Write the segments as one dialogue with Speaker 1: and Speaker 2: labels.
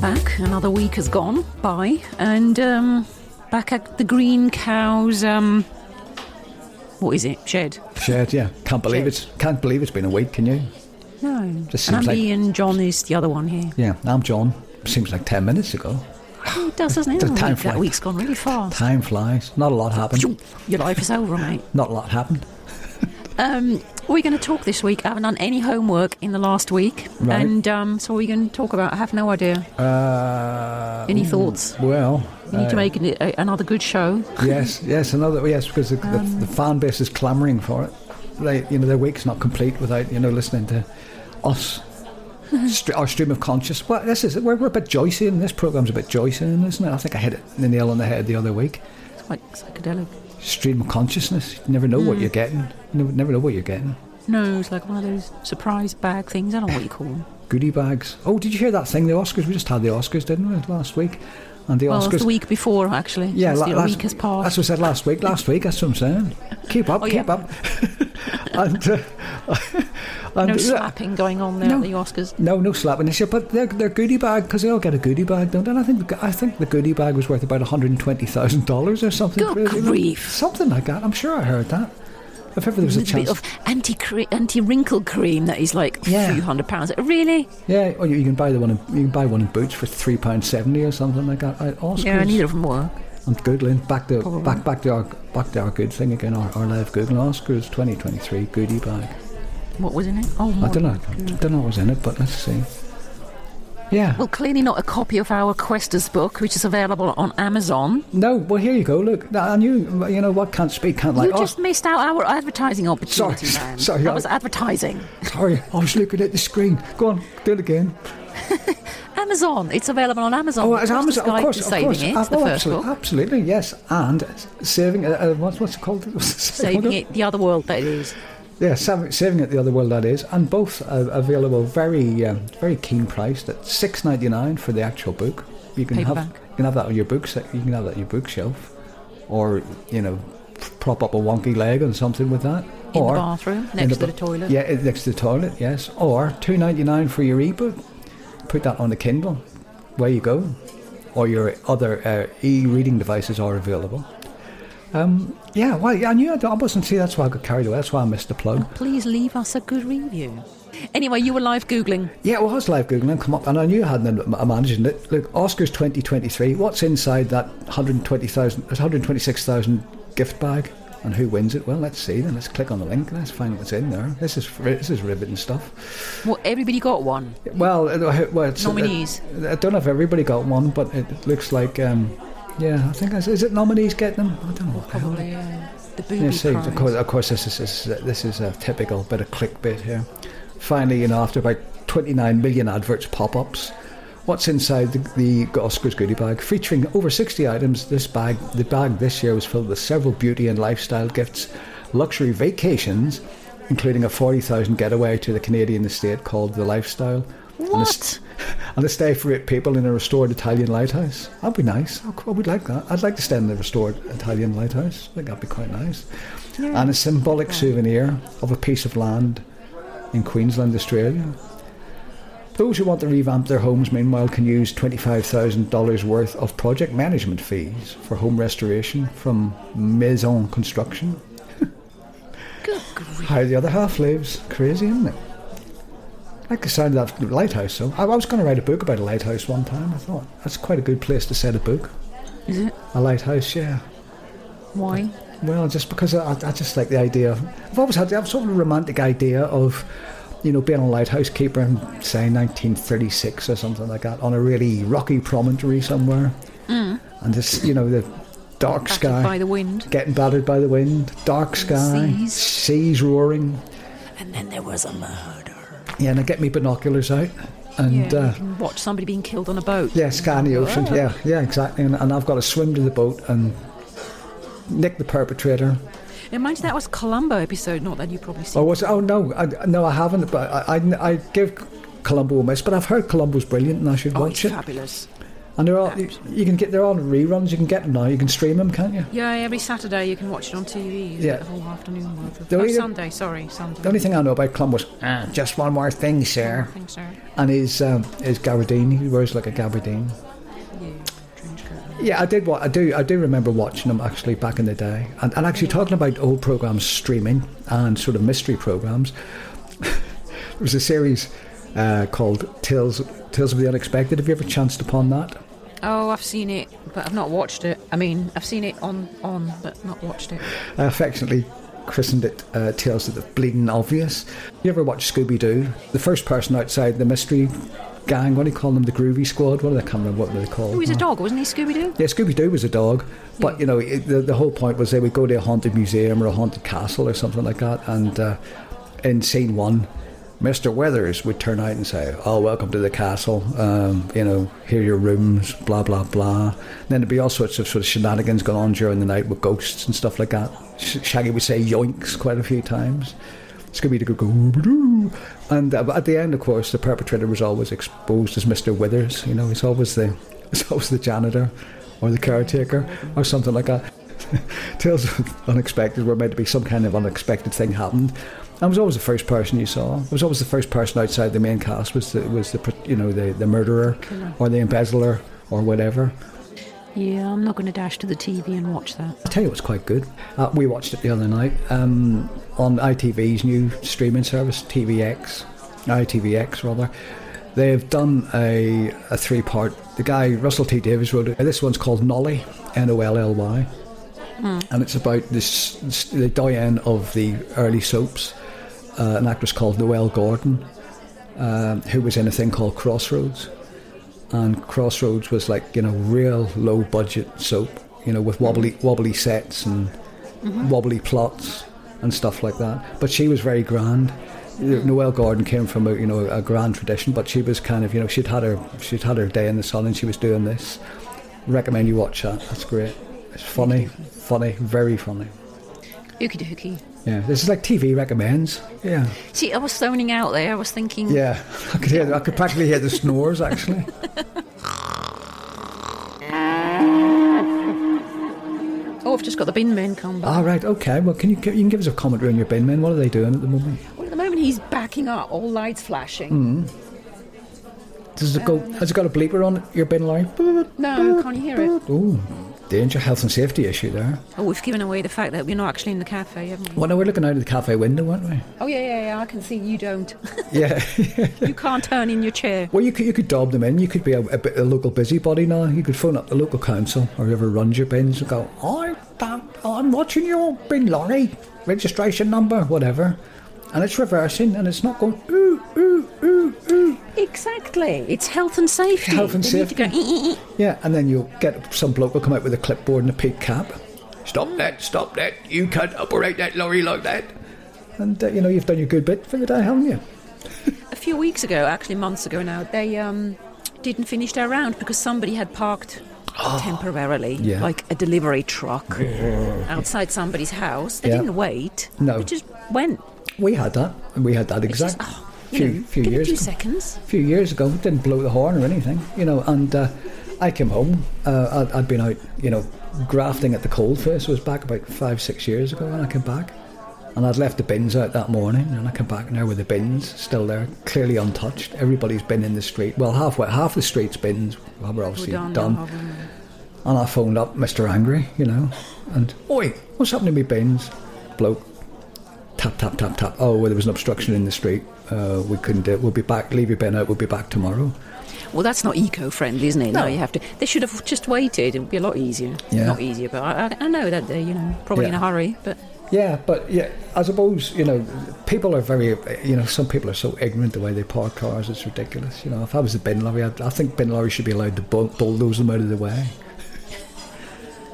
Speaker 1: back. Another week has gone by, and um, back at the Green Cow's. Um, what is it? Shed.
Speaker 2: Shared, yeah. Can't believe it's can't believe it's been a week, can you?
Speaker 1: No.
Speaker 2: Just
Speaker 1: and
Speaker 2: seems
Speaker 1: Andy
Speaker 2: like-
Speaker 1: and John is the other one here.
Speaker 2: Yeah. I'm John. Seems like ten minutes ago.
Speaker 1: Oh, it does, doesn't it?
Speaker 2: The
Speaker 1: That
Speaker 2: time
Speaker 1: week- that
Speaker 2: flies.
Speaker 1: week's gone really fast.
Speaker 2: Time flies. Not a lot happened.
Speaker 1: Your life is over, mate.
Speaker 2: Not a lot happened.
Speaker 1: Um, we're going to talk this week. I haven't done any homework in the last week,
Speaker 2: Right.
Speaker 1: and um, so we're going to talk about. I have no idea.
Speaker 2: Uh,
Speaker 1: Any thoughts?
Speaker 2: Well,
Speaker 1: We need to
Speaker 2: uh,
Speaker 1: make an, a, another good show.
Speaker 2: yes, yes, another yes, because the, the, the fan base is clamouring for it. They, you know, their week's not complete without you know listening to us. Stre- our stream of conscious. Well, this is we're, we're a bit Joycean. This program's a bit Joycean, isn't it? I think I hit it the nail on the head the other week.
Speaker 1: It's quite psychedelic.
Speaker 2: Stream of consciousness. You never know what you're getting. You never, never know what you're getting.
Speaker 1: No, it's like one of those surprise bag things. I don't know what you call them.
Speaker 2: Goodie bags. Oh, did you hear that thing? The Oscars. We just had the Oscars, didn't we, last week? And the
Speaker 1: well,
Speaker 2: Oscars.
Speaker 1: it's the week before actually.
Speaker 2: Yeah,
Speaker 1: Since
Speaker 2: la-
Speaker 1: the
Speaker 2: last,
Speaker 1: week has
Speaker 2: That's
Speaker 1: passed.
Speaker 2: what I said last week. Last week, that's what I'm saying. Keep up,
Speaker 1: Oh,
Speaker 2: keep
Speaker 1: yeah.
Speaker 2: up. and, uh, and,
Speaker 1: no
Speaker 2: uh,
Speaker 1: slapping going on there
Speaker 2: No.
Speaker 1: at the Oscars.
Speaker 2: No, no slapping. They should, but they're, they're goodie bag because they all get a goodie bag, don't they? And I think the- I think the goodie bag was worth about one hundred and twenty thousand dollars or something.
Speaker 1: Good
Speaker 2: crazy.
Speaker 1: grief.
Speaker 2: Something like that. I'm sure I heard that. If ever there was a
Speaker 1: little
Speaker 2: chance,
Speaker 1: bit of anti anti wrinkle cream that is like
Speaker 2: Yeah.
Speaker 1: a few hundred pounds. Really?
Speaker 2: yeah, or you, you can buy the one. In, you can buy one in Boots for three pound seventy or something like that. I, Oscars.
Speaker 1: Yeah, neither of them work.
Speaker 2: I'm googling back to
Speaker 1: Probably.
Speaker 2: back back to our back to our good thing again. Our, our live Google Oscars 2023 goodie bag.
Speaker 1: What was in it? Oh, my
Speaker 2: I don't know. I don't know what's in it, but let's see. Yeah.
Speaker 1: Well, clearly not a copy of our Questers book, which is available on Amazon.
Speaker 2: no. Well, here you go. Look, I knew. You know what? Can't speak. Can't like.
Speaker 1: you just missed out our advertising opportunity,
Speaker 2: Sorry,
Speaker 1: man.
Speaker 2: sorry,
Speaker 1: that
Speaker 2: I-
Speaker 1: was advertising.
Speaker 2: Oh, sorry. I was looking at the screen. Go on. Do it again.
Speaker 1: Amazon. It's available on Amazon.
Speaker 2: Oh,
Speaker 1: The
Speaker 2: it's
Speaker 1: Questers
Speaker 2: Amazon. Of
Speaker 1: Guide
Speaker 2: course.
Speaker 1: to
Speaker 2: Of
Speaker 1: saving
Speaker 2: course.
Speaker 1: it.
Speaker 2: Ah,
Speaker 1: It's the
Speaker 2: oh,
Speaker 1: first
Speaker 2: absolutely,
Speaker 1: book.
Speaker 2: absolutely. Yes. And saving. Uh, uh, what's what's it called? What's the second
Speaker 1: Saving
Speaker 2: one?
Speaker 1: it. The other world that it is.
Speaker 2: Yeah, Sav- saving at the other world that is, and both are available very, um, very keen priced at six ninety nine for the actual book. You can have
Speaker 1: Paperback.
Speaker 2: you can have that on your books. You can have that on your bookshelf, or you know, prop up a wonky leg on something with that.
Speaker 1: In
Speaker 2: or
Speaker 1: the bathroom,
Speaker 2: in
Speaker 1: next to
Speaker 2: ba-
Speaker 1: the toilet.
Speaker 2: Yeah, it- next to the toilet. Yes, or two ninety nine for your ebook. Put that on the Kindle. Where you go, or your other uh, e-reading devices are available. Um, yeah, well, yeah, I knew I, I wasn't. See, that's why I got carried away. That's why I missed the plug.
Speaker 1: Please leave us a good review. Anyway, you were live googling.
Speaker 2: Yeah, well, I was live googling. Come up, and I knew I hadn't I'm managing it. Look, Oscars 2023. What's inside that 120,000, 126,000 gift bag, and who wins it? Well, let's see. Then let's click on the link. Let's find out what's in there. This is this is riveting stuff.
Speaker 1: Well, everybody got one.
Speaker 2: Well, uh, well it's,
Speaker 1: Nominees.
Speaker 2: I, I don't know if everybody got one, but it looks like. Um, yeah, I think that's, is it nominees get them? I don't know. What the hell.
Speaker 1: Probably uh, the booby
Speaker 2: Yeah, see,
Speaker 1: prize.
Speaker 2: of course, of course, this is this is, this is a typical bit of clickbait here. Finally, you know, after about 29 million adverts pop-ups, what's inside the, the Oscars goodie bag? Featuring over 60 items, this bag, the bag this year was filled with several beauty and lifestyle gifts, luxury vacations, including a 40,000 getaway to the Canadian estate called the Lifestyle. and a
Speaker 1: What?
Speaker 2: st- And a stay for eight people in a restored Italian lighthouse. That'd be nice. I c- I would like that. I'd like to stay in the restored Italian lighthouse. I think that'd be quite nice. And a symbolic souvenir of a piece of land in Queensland, Australia. Those who want to revamp their homes, meanwhile, can use $25,000 worth of project management fees for home restoration from Maison Construction.
Speaker 1: Good grief.
Speaker 2: How the other half lives. Crazy, isn't it? Like the sound of that lighthouse, though. I, I was going to write a book about a lighthouse one time. I thought that's quite a good place to set a book.
Speaker 1: Is it?
Speaker 2: A lighthouse, yeah.
Speaker 1: Why?
Speaker 2: Well, just because I, I just like the idea. Of, I've always had that sort of romantic idea of, you know, being a lighthouse keeper in, say, 1936 or something like that, on a really rocky promontory somewhere. And this, you know, the dark
Speaker 1: Mm. Battered
Speaker 2: sky.
Speaker 1: by the wind.
Speaker 2: Getting battered by the wind, dark sky,
Speaker 1: Seas.
Speaker 2: seas roaring,
Speaker 1: And then there was a murder.
Speaker 2: Yeah, and I get me binoculars out and
Speaker 1: yeah, you
Speaker 2: uh,
Speaker 1: can watch somebody being killed on a boat.
Speaker 2: yeah, scan the ocean. Yeah, yeah, exactly. And, and I've got to swim to the boat and nick the perpetrator.
Speaker 1: And mind you, that was Columbo episode, not that you probably see.
Speaker 2: Or was it? Oh no, I, no, I haven't. But I, I, I give Columbo a miss. But I've heard Columbo's brilliant, and I should
Speaker 1: Oh, it's
Speaker 2: watch it.
Speaker 1: fabulous.
Speaker 2: And they're all you, you can get they're all reruns. You can get them now. You can stream them, can't you?
Speaker 1: Yeah, every Saturday you can watch it on TV.
Speaker 2: Yeah.
Speaker 1: Yeah. The whole afternoon worth.
Speaker 2: The
Speaker 1: Of, oh,
Speaker 2: only-
Speaker 1: Sunday, sorry, Sunday.
Speaker 2: The only thing I know about Clum was "Ah, just one more thing, sir.
Speaker 1: Thanks, sir.
Speaker 2: And his um, his gabardine. He wears like a gabardine.
Speaker 1: Yeah, trench coat.
Speaker 2: Yeah, I did. What I do, I do remember watching them actually back in the day, and, and actually talking about old programs streaming and sort of mystery programs. there was a series uh, called Tales Tales of the Unexpected. Have you ever chanced upon that?
Speaker 1: Oh, I've seen it, but I've not watched it. I mean, I've seen it on on, but not watched it.
Speaker 2: I affectionately christened it uh, Tales of the Bleeding Obvious. You ever watch Scooby Doo? The first person outside the mystery gang. What do you call them? The Groovy Squad. What do they? I can't remember what they called.
Speaker 1: He was Oh, a
Speaker 2: now.
Speaker 1: dog, wasn't he, Scooby Doo?
Speaker 2: Yeah, Scooby Doo was a dog, but you know it, the, the whole point was they would go to a haunted museum or a haunted castle or something like that, and uh, in scene one, Mister Weathers would turn out and say, "Oh, welcome to the castle. Um, you know, here are your rooms. Blah blah blah." And then there'd be all sorts of sort of shenanigans going on during the night with ghosts and stuff like that. Sh- Shaggy would say "yoinks" quite a few times. Scooby Doo go "Ooh-ba-doo." and uh, but at the end, of course, the perpetrator was always exposed as Mister Withers. You know, he's always the he's always the janitor or the caretaker or something like that. Tales of unexpected were meant to be some kind of unexpected thing happened. I was always the first person you saw. I was always the first person outside the main cast was the was the pr- you know the, the murderer or the embezzler or whatever.
Speaker 1: Yeah, I'm not going to dash to the TV and watch that.
Speaker 2: I tell you what's quite good. Uh, we watched it the other night um, on ITV's new streaming service, TVX, ITVX rather. They have done a, a three part. The guy Russell T Davies wrote it. This one's called Nolly, N O L L Y, and it's about this this- the Diane of the early soaps, uh, an actress called Noelle Gordon, um, who was in a thing called Crossroads and Crossroads was like you know real low budget soap, you know with wobbly wobbly sets and wobbly plots and stuff like that. But she was very grand. Noelle Gordon came from a you know a grand tradition, but she was kind of you know she'd had her she'd had her day in the sun and she was doing this. Recommend you watch that. That's great. It's funny, funny, very funny.
Speaker 1: Ookie dookie.
Speaker 2: Yeah, this is like TV recommends. Yeah,
Speaker 1: See, I was zoning out there. I was thinking.
Speaker 2: yeah. I could hear. I could practically hear the snores actually.
Speaker 1: Oh, I've just got the bin man come back.
Speaker 2: All right, okay. Well, can you you can give us a comment around your bin men? What are they doing at the moment?
Speaker 1: Well, at the moment he's backing up, all lights flashing.
Speaker 2: Does it go? Has it got a bleeper on it? Your bin line?
Speaker 1: No, can't you hear it?
Speaker 2: Oh, danger, health and safety issue there.
Speaker 1: Oh, we've given away the fact that we're not actually in the cafe, haven't we?
Speaker 2: Well, no, we're looking out of the cafe window, aren't we?
Speaker 1: Oh yeah, yeah, yeah. I can see you don't.
Speaker 2: Yeah.
Speaker 1: you can't turn in your chair.
Speaker 2: well, you could you could dob them in. You could be a, a, bit- a local busybody now. You could phone up the local council or whoever runs your bins and go, I'm I'm watching your bin lorry registration number, whatever, and it's reversing and it's not going ooh ooh ooh ooh.
Speaker 1: Exactly. It's health and safety.
Speaker 2: Health and
Speaker 1: They need to go, "Eh, eh, eh."
Speaker 2: Yeah, and then you'll get some bloke will come out with a clipboard and a pig cap. Stop that, stop that. You can't operate that lorry like that. And, uh, you know, you've done your good bit for the day, haven't you?
Speaker 1: A few weeks ago, actually months ago now, they um, didn't finish their round because somebody had parked temporarily,
Speaker 2: Oh. Yeah.
Speaker 1: like a delivery truck, outside somebody's house. They
Speaker 2: Yeah.
Speaker 1: didn't wait.
Speaker 2: No.
Speaker 1: They just went.
Speaker 2: We had that. We had that
Speaker 1: It's just,
Speaker 2: exact
Speaker 1: oh, you
Speaker 2: few,
Speaker 1: know,
Speaker 2: few
Speaker 1: give it
Speaker 2: years
Speaker 1: two
Speaker 2: ago.
Speaker 1: seconds.
Speaker 2: few years ago. Didn't blow the horn or anything, you know. And uh, I came home. Uh, I'd, I'd been out, you know, grafting at the cold first. It was back about five, six years ago when I came back. And I'd left the bins out that morning, and I came back now with the bins still there, clearly untouched. Everybody's been in the street. Well, halfway, half the street's bins were
Speaker 1: We're
Speaker 2: obviously
Speaker 1: done.
Speaker 2: done.
Speaker 1: now, haven't we?
Speaker 2: And I phoned up Mr. Angry, you know, and oi, what's happening to me bins? Bloke, tap, tap, tap, tap. Oh, well, there was an obstruction in the street. Uh, we couldn't do it. We'll be back. Leave your bin out. We'll be back tomorrow.
Speaker 1: Well, that's not eco-friendly, isn't it?
Speaker 2: No.
Speaker 1: Now you have to. They should have just waited. It would be a lot easier.
Speaker 2: Yeah.
Speaker 1: Not easier, but I, I- I know that they're you know probably in
Speaker 2: Yeah.
Speaker 1: a hurry. But
Speaker 2: Yeah, but yeah, I suppose you know, people are very, you know, some people are so ignorant the way they park cars. It's ridiculous. You know, if I was a bin lorry, I'd, I think bin lorry should be allowed to bull- bulldoze them out of the way.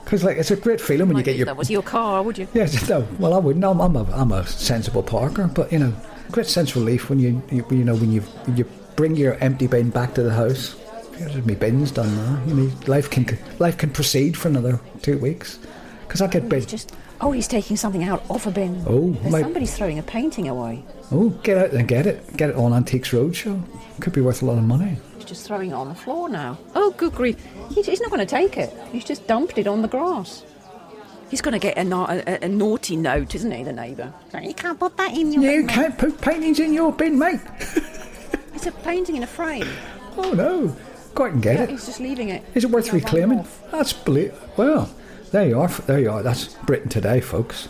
Speaker 2: Because like, it's a great feeling when
Speaker 1: like,
Speaker 2: you get
Speaker 1: if
Speaker 2: your
Speaker 1: that was your car, would you?
Speaker 2: Yes, no. Well, I wouldn't. I'm, I'm, a, I'm a sensible parker, but you know, great sense of relief when you, you you know when you you bring your empty bin back to the house. Here's my bin's done now. You know, life can life can proceed for another two weeks because I get bin.
Speaker 1: Just oh, he's taking something out of a bin.
Speaker 2: Oh,
Speaker 1: There's
Speaker 2: my-
Speaker 1: somebody's throwing a painting away.
Speaker 2: Oh, get out and get it. Get it on Antiques Roadshow. Could be worth a lot of money.
Speaker 1: He's just throwing it on the floor now. Oh, good grief. He's, he's not going to take it. He's just dumped it on the grass. He's going to get a, na- a, a naughty note, isn't he, the neighbour? Like, You can't put that in your
Speaker 2: You
Speaker 1: bin, mate."
Speaker 2: can't put paintings in your bin, mate.
Speaker 1: It's a painting in a frame.
Speaker 2: Oh no, go out and get it.
Speaker 1: He's just leaving it.
Speaker 2: Is it worth
Speaker 1: Now run
Speaker 2: reclaiming?
Speaker 1: off.
Speaker 2: That's ble- well. There you are. f- There you are. That's Britain today, folks.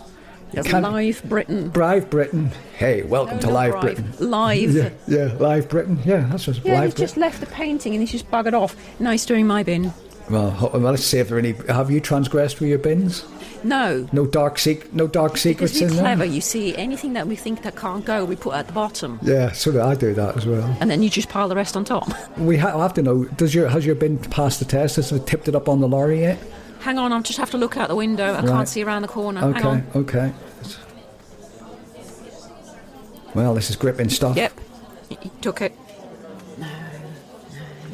Speaker 2: You
Speaker 1: That's
Speaker 2: can't-
Speaker 1: live Britain.
Speaker 2: Live Britain. Hey, welcome
Speaker 1: No,
Speaker 2: to
Speaker 1: Oh, not
Speaker 2: Live
Speaker 1: live.
Speaker 2: Britain.
Speaker 1: Live.
Speaker 2: Yeah, yeah, Live Britain. Yeah, that's what's
Speaker 1: Yeah,
Speaker 2: Live
Speaker 1: he's just
Speaker 2: Britain.
Speaker 1: left the painting and he's just buggered off. Nice doing my bin.
Speaker 2: Well, ho- well, let's see if there are any. Have you transgressed with your bins?
Speaker 1: No.
Speaker 2: No dark sec. No dark
Speaker 1: Because
Speaker 2: secrets
Speaker 1: we're
Speaker 2: in
Speaker 1: clever,
Speaker 2: there.
Speaker 1: you see. Anything that we think that can't go, we put at the bottom.
Speaker 2: Yeah, so that I do that as well.
Speaker 1: And then you just pile the rest on top.
Speaker 2: We ha- I have to know. Does your has your bin passed the test? Has it tipped it up on the lorry yet?
Speaker 1: Hang on, I'll just have to look out the window. I
Speaker 2: Right.
Speaker 1: can't see around the corner. Uh, Hang
Speaker 2: Okay,
Speaker 1: on.
Speaker 2: okay. It's- Well, this is gripping stuff.
Speaker 1: Yep. He- He took it.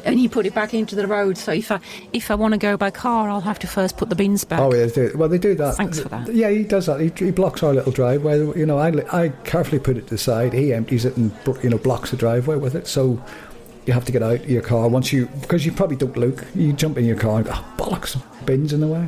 Speaker 1: And he put it back into the road. So if I if I want to go by car, I'll have to first put the bins back.
Speaker 2: Oh, yeah, they do. well, they do that.
Speaker 1: Thanks for that.
Speaker 2: Yeah, he does that. He, he blocks our little driveway. You know, I, I carefully put it to the side. He empties it and bro- you know blocks the driveway with it. So you have to get out of your car once you because you probably don't look. You jump in your car and go, oh, bollocks, bins in the way.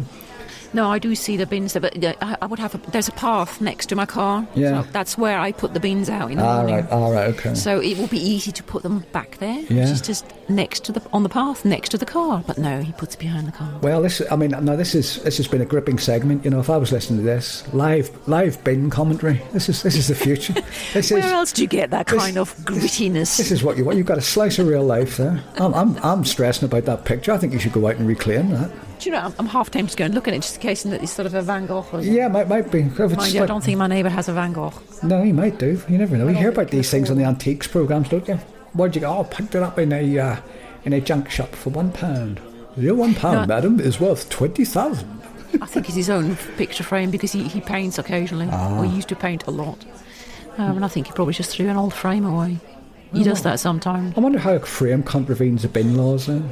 Speaker 1: No, I do see the bins there, but uh, I, I would have a, there's a path next to my car.
Speaker 2: Yeah.
Speaker 1: So that's where I put the bins out in the
Speaker 2: All
Speaker 1: morning.
Speaker 2: right, all right, okay.
Speaker 1: Oh, So it will be easy to put them back there.
Speaker 2: Yeah.
Speaker 1: It's just next to the on the path, next to the car. But no, he puts it behind the car.
Speaker 2: Well, this I mean, now this is this has been a gripping segment. You know, if I was listening to this live live bin commentary, this is this is the future. This
Speaker 1: Where
Speaker 2: is
Speaker 1: else do you get that
Speaker 2: this-
Speaker 1: kind of
Speaker 2: this
Speaker 1: grittiness?
Speaker 2: is what you want. You've got a slice of real life there. I'm I'm, I'm stressing about that picture. I think you should go out and reclaim that.
Speaker 1: Do you know, I'm, I'm half tempted to go and look at it just in case that it's sort of a Van Gogh. Or
Speaker 2: Yeah, might might be. If it's
Speaker 1: Mind you, I
Speaker 2: like-
Speaker 1: don't think my neighbour has a Van Gogh.
Speaker 2: No, he might do. You never know. You hear about these things on the antiques programs, don't you? Where'd you go? Oh, picked it up in a uh, in a junk shop for one pound. Your one pound,
Speaker 1: No,
Speaker 2: madam, is worth twenty thousand.
Speaker 1: I think it's his own picture frame because he, he paints occasionally. Or
Speaker 2: Ah.
Speaker 1: he used to paint a lot. Um, and I think he probably just threw an old frame away. He does
Speaker 2: Oh.
Speaker 1: that sometimes.
Speaker 2: I wonder how a frame contravenes the bin laws. Then.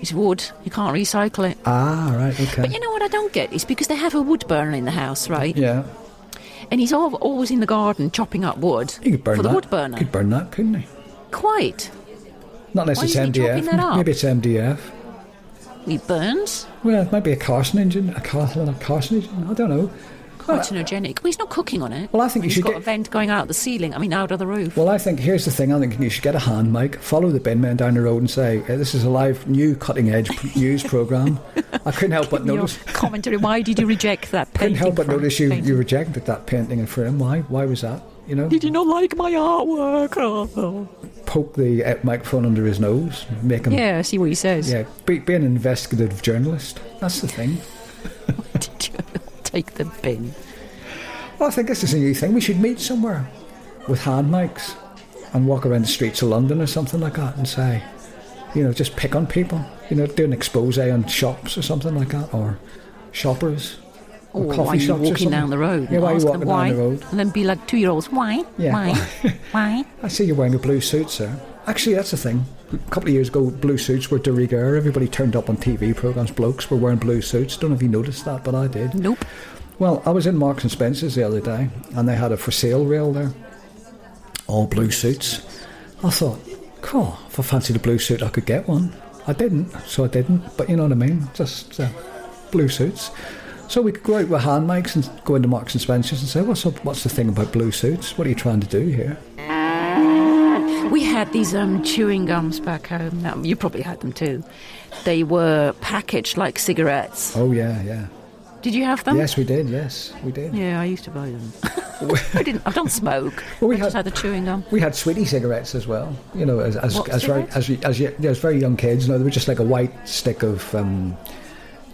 Speaker 1: It's wood. You can't recycle it.
Speaker 2: Ah, right, okay.
Speaker 1: But you know what I don't get? It's because they have a wood burner in the house, right?
Speaker 2: yeah,
Speaker 1: And he's al always in the garden chopping up wood
Speaker 2: you could burn
Speaker 1: for
Speaker 2: that.
Speaker 1: the wood burner.
Speaker 2: You could burn that, couldn't you?
Speaker 1: Quite.
Speaker 2: Not unless
Speaker 1: Why
Speaker 2: it's
Speaker 1: isn't he
Speaker 2: MDF.
Speaker 1: chopping that up?
Speaker 2: Maybe it's MDF.
Speaker 1: He burns.
Speaker 2: Well, it might be a carcinogen. A, car- a carcinogen. I don't know.
Speaker 1: Carcinogenic. Well, he's not cooking on it.
Speaker 2: Well, I think you
Speaker 1: He's
Speaker 2: should
Speaker 1: got
Speaker 2: get-
Speaker 1: a vent going out the ceiling. I mean, out of the roof.
Speaker 2: Well, I think here's the thing. I think you should get a hand mic, follow the bin man down the road, and say, "Hey, "This is a live, new, cutting-edge p- news program." I couldn't help but
Speaker 1: Your
Speaker 2: notice.
Speaker 1: commentary. Why did you reject that
Speaker 2: Couldn't
Speaker 1: painting?
Speaker 2: help but
Speaker 1: from-
Speaker 2: notice you,
Speaker 1: painting?
Speaker 2: you rejected that painting in frame. Why? Why was that? You know,
Speaker 1: Did you not like my artwork? Oh.
Speaker 2: poke the uh, microphone under his nose, make him.
Speaker 1: Yeah, I see what he says.
Speaker 2: Yeah, be, be an investigative journalist. That's the thing.
Speaker 1: Did you take the bin?
Speaker 2: Well, I think this is a new thing. We should meet somewhere with hand mics and walk around the streets of London or something like that and say, you know, just pick on people. You know, do an expose on shops or something like that or shoppers.
Speaker 1: Or
Speaker 2: coffee
Speaker 1: Oh, why are you
Speaker 2: shops or
Speaker 1: walking down
Speaker 2: something.
Speaker 1: the road?
Speaker 2: Yeah,
Speaker 1: and
Speaker 2: why are you
Speaker 1: ask
Speaker 2: walking
Speaker 1: them
Speaker 2: down
Speaker 1: why,
Speaker 2: the road?
Speaker 1: And then be like two year olds, why?
Speaker 2: Yeah.
Speaker 1: Why? why?
Speaker 2: I see you're wearing a blue suit, sir. Actually, that's the thing. A couple of years ago, blue suits were de rigueur. Everybody turned up on TV programs. Blokes were wearing blue suits. Don't know if you noticed that, but I did.
Speaker 1: Nope.
Speaker 2: Well, I was in Marks and Spencer's the other day, and they had a for sale rail there. All blue suits. I thought, cool, if I fancied a blue suit, I could get one. I didn't, so I didn't, but you know what I mean? Just uh, blue suits. So we could go out with hand mics and go into Marks and Spencer's and say, what's up, what's the thing about blue suits? What are you trying to do here?
Speaker 1: We had these um, chewing gums back home. Now, you probably had them too. They were packaged like cigarettes.
Speaker 2: Oh, yeah, yeah.
Speaker 1: Did you have them?
Speaker 2: Yes, we did, yes, we did.
Speaker 1: Yeah, I used to buy them. I didn't. I don't smoke.
Speaker 2: Well, we
Speaker 1: I just
Speaker 2: had-
Speaker 1: had the chewing gum.
Speaker 2: We had sweetie cigarettes as well, you know, as as
Speaker 1: What
Speaker 2: as very as you- as, you- yeah, as very young kids. You know, they were just like a white stick of um,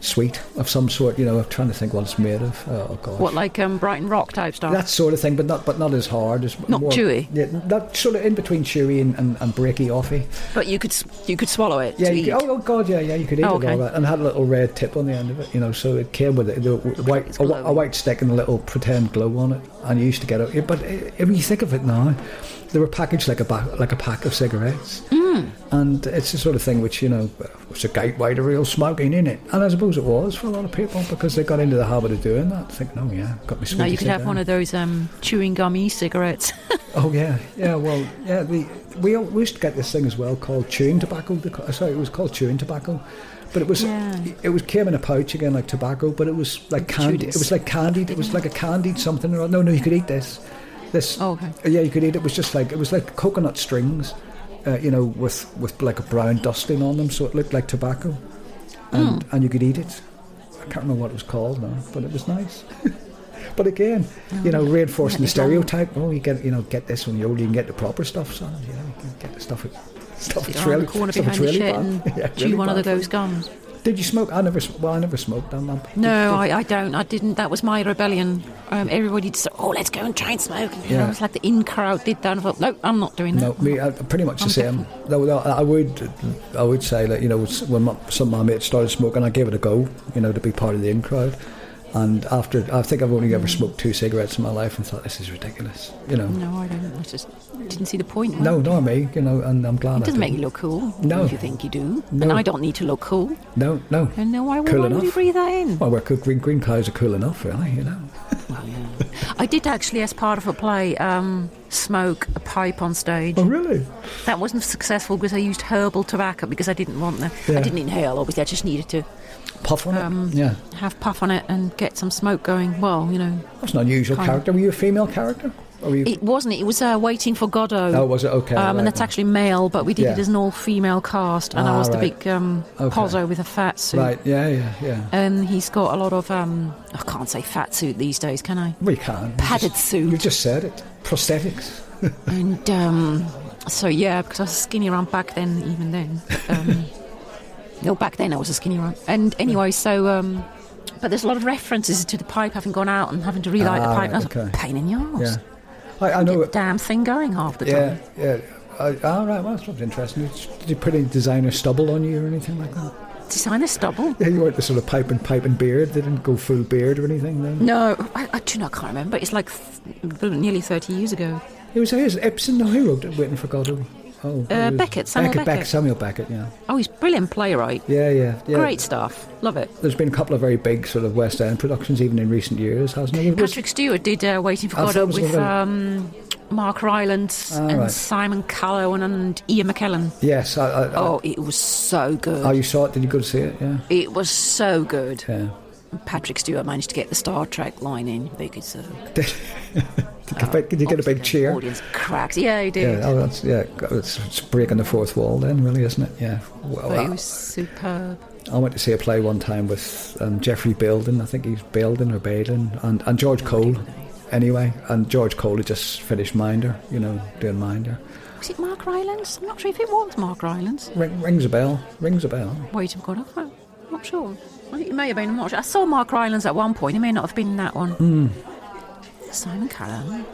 Speaker 2: sweet of some sort. You know, I'm trying to think what it's made of. Oh god,
Speaker 1: What, like um, Brighton Rock type stuff?
Speaker 2: that sort of thing, but not but not as hard. It's
Speaker 1: Not
Speaker 2: more,
Speaker 1: chewy?
Speaker 2: Yeah, that sort of in between chewy and, and, and breaky offy.
Speaker 1: But you could s- you could swallow it.
Speaker 2: Yeah,
Speaker 1: to
Speaker 2: you
Speaker 1: eat.
Speaker 2: could, oh, oh god, yeah, yeah, you could eat
Speaker 1: Oh,
Speaker 2: it all
Speaker 1: okay.
Speaker 2: right, and it had a little red tip on the end of it. You know, so it came with it, the white
Speaker 1: it's
Speaker 2: a, wh- a
Speaker 1: glowing.
Speaker 2: white stick and a little pretend glow on it, and you used to get it. But i- if you think of it now, they were packaged like a ba- like a pack of cigarettes.
Speaker 1: Hmm.
Speaker 2: And it's the sort of thing which, you know, was a gateway to real smoking, innit? And I suppose it was for a lot of people because they got into the habit of doing that, thinking, oh, yeah, got me smoking.
Speaker 1: No, you could have one of those um, chewing gum e cigarettes.
Speaker 2: Oh yeah, yeah. Well, yeah. The, we al- we used to get this thing as well called chewing tobacco. They ca- Sorry, it was called chewing tobacco, but it was
Speaker 1: Yeah.
Speaker 2: it was came in a pouch again like tobacco, but it was like candy. It
Speaker 1: this.
Speaker 2: was like candied. It was like a candied something. Or, no, no, you could eat this. This.
Speaker 1: Oh, okay.
Speaker 2: Yeah, you could eat. It It was just like it was like coconut strings, uh, you know, with with like a brown dusting on them, so it looked like tobacco, and
Speaker 1: Hmm.
Speaker 2: and you could eat it. I can't remember what it was called now, but it was nice. But again, you
Speaker 1: Oh,
Speaker 2: know, reinforcing the
Speaker 1: Yeah, they don't-
Speaker 2: stereotype. Oh, you get you know get this when you're old, you can get the proper stuff, son. You know, you can get the stuff. That, stuff
Speaker 1: Sit
Speaker 2: that's
Speaker 1: around
Speaker 2: really,
Speaker 1: the corner
Speaker 2: stuff
Speaker 1: behind
Speaker 2: that's
Speaker 1: the
Speaker 2: really
Speaker 1: shed
Speaker 2: bad.
Speaker 1: and
Speaker 2: Yeah,
Speaker 1: chew
Speaker 2: really
Speaker 1: one of
Speaker 2: bad.
Speaker 1: those gums.
Speaker 2: Did you smoke? I never. s- Well, I never smoked. I'm, I'm,
Speaker 1: No, I, I don't. I didn't. That was my rebellion. Um, everybody just said, oh, let's go and try and smoke. And
Speaker 2: Yeah.
Speaker 1: I was like, the in crowd did that. And I thought, no, I'm not doing that.
Speaker 2: No, me, I, pretty much the
Speaker 1: I'm
Speaker 2: same. No, no, I would, I would say that you know s- when my, some of my mates started smoking, I gave it a go, you know, to be part of the in crowd. And after, I think I've only ever smoked two cigarettes in my life, and thought this is ridiculous. You know,
Speaker 1: No, I don't. I just didn't see the point. in
Speaker 2: no,
Speaker 1: it
Speaker 2: not me. You know, and I'm glad. I
Speaker 1: doesn't make you
Speaker 2: didn't.
Speaker 1: look cool.
Speaker 2: No.
Speaker 1: If you think you do.
Speaker 2: No.
Speaker 1: And I don't need to look cool.
Speaker 2: No, no.
Speaker 1: And no, why,
Speaker 2: Cool
Speaker 1: why would you
Speaker 2: enough.
Speaker 1: breathe that in?
Speaker 2: Well, we're good. Green, green clouds are cool enough, really, you know.
Speaker 1: Well,
Speaker 2: Oh.
Speaker 1: yeah. I did actually, as part of a play, um, smoke a pipe on stage.
Speaker 2: really?
Speaker 1: That wasn't successful because I used herbal tobacco because I didn't want the.
Speaker 2: Yeah.
Speaker 1: I didn't inhale, obviously. I just needed to
Speaker 2: Puff on
Speaker 1: Um,
Speaker 2: it? Yeah.
Speaker 1: have puff on it and get some smoke going. Well, you know,
Speaker 2: That's an unusual
Speaker 1: kind of-
Speaker 2: character. Were you a female character? Or were you...
Speaker 1: it wasn't. It was uh, waiting for Godot.
Speaker 2: Oh, was it? Okay,
Speaker 1: Um,
Speaker 2: right.
Speaker 1: and that's actually male, but we did
Speaker 2: Yeah.
Speaker 1: it as an all-female cast, and
Speaker 2: Ah,
Speaker 1: I was the
Speaker 2: right.
Speaker 1: big um,
Speaker 2: Okay.
Speaker 1: pozo with a fat suit.
Speaker 2: right, yeah, yeah, yeah.
Speaker 1: And he's got a lot of. Um, I can't say fat suit these days, can I?
Speaker 2: well, you can.
Speaker 1: Padded
Speaker 2: You
Speaker 1: suit.
Speaker 2: just said it. Prosthetics.
Speaker 1: And um, so yeah, because I was skinny around back then. Even then, um, no, back then I was a skinny around. And anyway, so um, but there's a lot of references to the pipe having gone out and having to relight
Speaker 2: Ah,
Speaker 1: the pipe. and I
Speaker 2: right,
Speaker 1: was like,
Speaker 2: okay.
Speaker 1: pain in the arse.
Speaker 2: Yeah. I, I
Speaker 1: Get
Speaker 2: know
Speaker 1: the
Speaker 2: it.
Speaker 1: damn thing going half the
Speaker 2: Yeah,
Speaker 1: time.
Speaker 2: yeah. I, all right, well, that's probably interesting. Did you put any designer stubble on you or anything like that?
Speaker 1: Design a stubble.
Speaker 2: Yeah, you weren't the sort of pipe and pipe and beard. They didn't go full beard or anything then.
Speaker 1: No, I, I do not. I can't remember. It's like th- nearly thirty years ago.
Speaker 2: It was, it was Ibsen. No, who wrote it? Waiting for Godot. Oh,
Speaker 1: Uh,
Speaker 2: it was-
Speaker 1: Beckett, Samuel
Speaker 2: Beck,
Speaker 1: Beckett.
Speaker 2: Samuel Beckett. Yeah,
Speaker 1: Oh, he's a brilliant playwright.
Speaker 2: yeah, yeah. yeah.
Speaker 1: Great stuff. Love it.
Speaker 2: There's been a couple of very big sort of West End productions, even in recent years, hasn't there? Was-
Speaker 1: Patrick Stewart did uh, Waiting for
Speaker 2: I thought it
Speaker 1: Godot
Speaker 2: was
Speaker 1: with
Speaker 2: gonna be-
Speaker 1: um, Mark Rylance
Speaker 2: Ah,
Speaker 1: and
Speaker 2: right.
Speaker 1: Simon Callow and Ian McKellen.
Speaker 2: yes. I, I, I-
Speaker 1: Oh, it was so good.
Speaker 2: oh, you saw it? Did you go to see it? Yeah.
Speaker 1: It was so good.
Speaker 2: Yeah.
Speaker 1: Patrick Stewart managed to get the Star Trek line in. Big as a-
Speaker 2: Did, you- did you get a big
Speaker 1: obviously,
Speaker 2: cheer?
Speaker 1: Audience cracked. Yeah, he did.
Speaker 2: Yeah. Oh, that's yeah. It's, it's breaking the fourth wall, then, really, isn't it? Yeah. Well,
Speaker 1: but
Speaker 2: I,
Speaker 1: it was superb.
Speaker 2: I went to see a play one time with um, Jeffrey Belden. I think he's Belden or Baden, and and George Cole. Anyway, and George Cole had just finished Minder, you know, doing Minder.
Speaker 1: Was it Mark Rylance? I'm not sure if it was Mark Rylance.
Speaker 2: Ring, rings a bell. Rings a bell.
Speaker 1: Wait, I've got off. I'm not sure. I think it may have been. I'm not sure. I saw Mark Rylance at one point. It may not have been that one.
Speaker 2: Hmm.
Speaker 1: Simon Callum,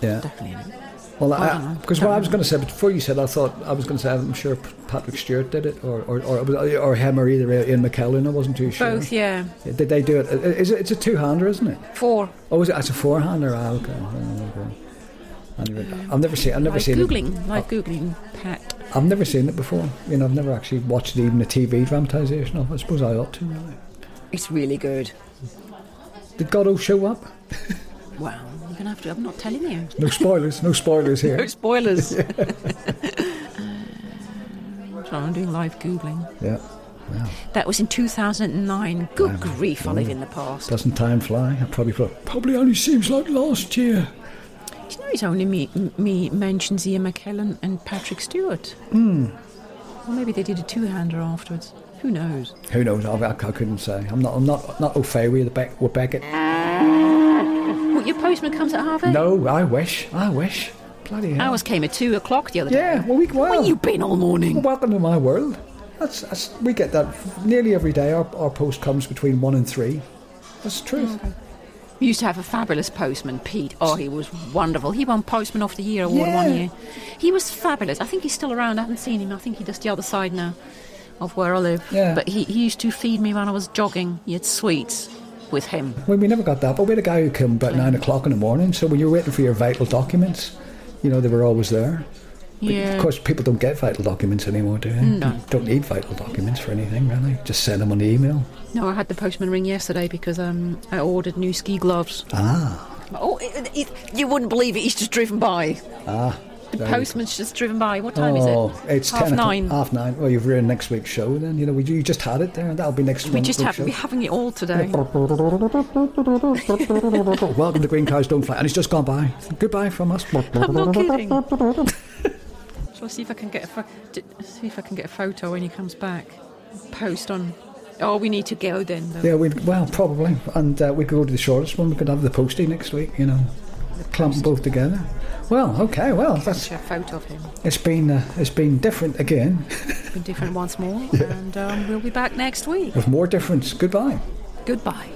Speaker 2: Yeah.
Speaker 1: definitely. isn't it? I don't
Speaker 2: Well,
Speaker 1: know.
Speaker 2: because what I was going to say before you said, I thought I was going to say I'm sure P- Patrick Stewart did it, or or or, it was- or him or either uh, Ian McKellen. I wasn't too sure.
Speaker 1: Both, yeah.
Speaker 2: Did they do it? Is it? It's a two-hander, isn't it?
Speaker 1: Four.
Speaker 2: Oh, is it? It's a four-hander. Ah, okay. Oh, okay. I never- I've never seen. I've never
Speaker 1: Like
Speaker 2: seen.
Speaker 1: googling, like googling, Pat.
Speaker 2: It, I've never seen it before. You know, I've never actually watched even a TV dramatisation of. it. I suppose I ought to. Really.
Speaker 1: It's really good.
Speaker 2: Did Godot show up?
Speaker 1: Wow, you're gonna have to. I'm not telling you.
Speaker 2: No spoilers. no spoilers here.
Speaker 1: No spoilers. Sorry, I'm doing live googling.
Speaker 2: Yeah. Wow.
Speaker 1: That was in 2009. Good grief, I live in the past.
Speaker 2: Doesn't time fly? I probably thought, probably only seems like last year.
Speaker 1: Do you know it only me, me mentions Ian McKellen and Patrick Stewart? Hmm. Or maybe they did a two-hander afterwards. Who knows?
Speaker 2: Who knows? I, I, I couldn't say. I'm not. I'm not. Not au fait with the Beck. With Beckett.
Speaker 1: What, your postman comes at half eight?
Speaker 2: No, I wish. I wish. Bloody hell.
Speaker 1: Ours came at two o'clock the other day.
Speaker 2: yeah. Well, we. Well,
Speaker 1: Where you been all morning?
Speaker 2: Well, welcome to my world. That's, that's we get that nearly every day. Our, our post comes between one and three. That's the
Speaker 1: Mm,
Speaker 2: truth.
Speaker 1: We used to have a fabulous postman, Pete. Oh, he was wonderful. He won Postman of the Year award
Speaker 2: Yeah.
Speaker 1: one year. He was fabulous. I think he's still around. I haven't seen him. I think he does the other side now of where I live.
Speaker 2: Yeah.
Speaker 1: But he, he used to feed me when I was jogging. He had sweets with him.
Speaker 2: Well, we never got that, but we had a guy who came about nine o'clock in the morning. So when you're waiting for your vital documents, you know they were always there. Of course, people don't get vital documents anymore, do they?
Speaker 1: No.
Speaker 2: Don't need vital documents for anything, really. Just send them on the email.
Speaker 1: No, I had the postman ring yesterday because um, I ordered new ski gloves.
Speaker 2: Ah,
Speaker 1: Oh, it, it, you wouldn't believe it. He's just driven by.
Speaker 2: Ah.
Speaker 1: The
Speaker 2: there you
Speaker 1: postman's just driven by. What
Speaker 2: go.
Speaker 1: time is
Speaker 2: oh,
Speaker 1: it?
Speaker 2: it's
Speaker 1: half
Speaker 2: 10 o'clock-
Speaker 1: nine.
Speaker 2: Half nine. Well, you've ruined next week's show then. You know, we, you just had it there. That'll be next
Speaker 1: we
Speaker 2: one-
Speaker 1: just
Speaker 2: week's
Speaker 1: have
Speaker 2: show.
Speaker 1: we're having it all today.
Speaker 2: Welcome to Green Cows Don't Fly. And it's just gone by. Goodbye from us.
Speaker 1: I'm not kidding. Shall I see if I can get a pho- d- see if I can get a photo when he comes back? Post on. Oh, we need to go then. Though.
Speaker 2: Yeah, we'd, well, probably. And uh, we could go to the shortest one. We could have the postie next week, you know. Clump 'em both together. Well, okay, well, that's
Speaker 1: Show A photo of him.
Speaker 2: it's been uh, it's been different again
Speaker 1: Been different once more, and um, we'll be back next week.
Speaker 2: with more difference. Goodbye.
Speaker 1: Goodbye.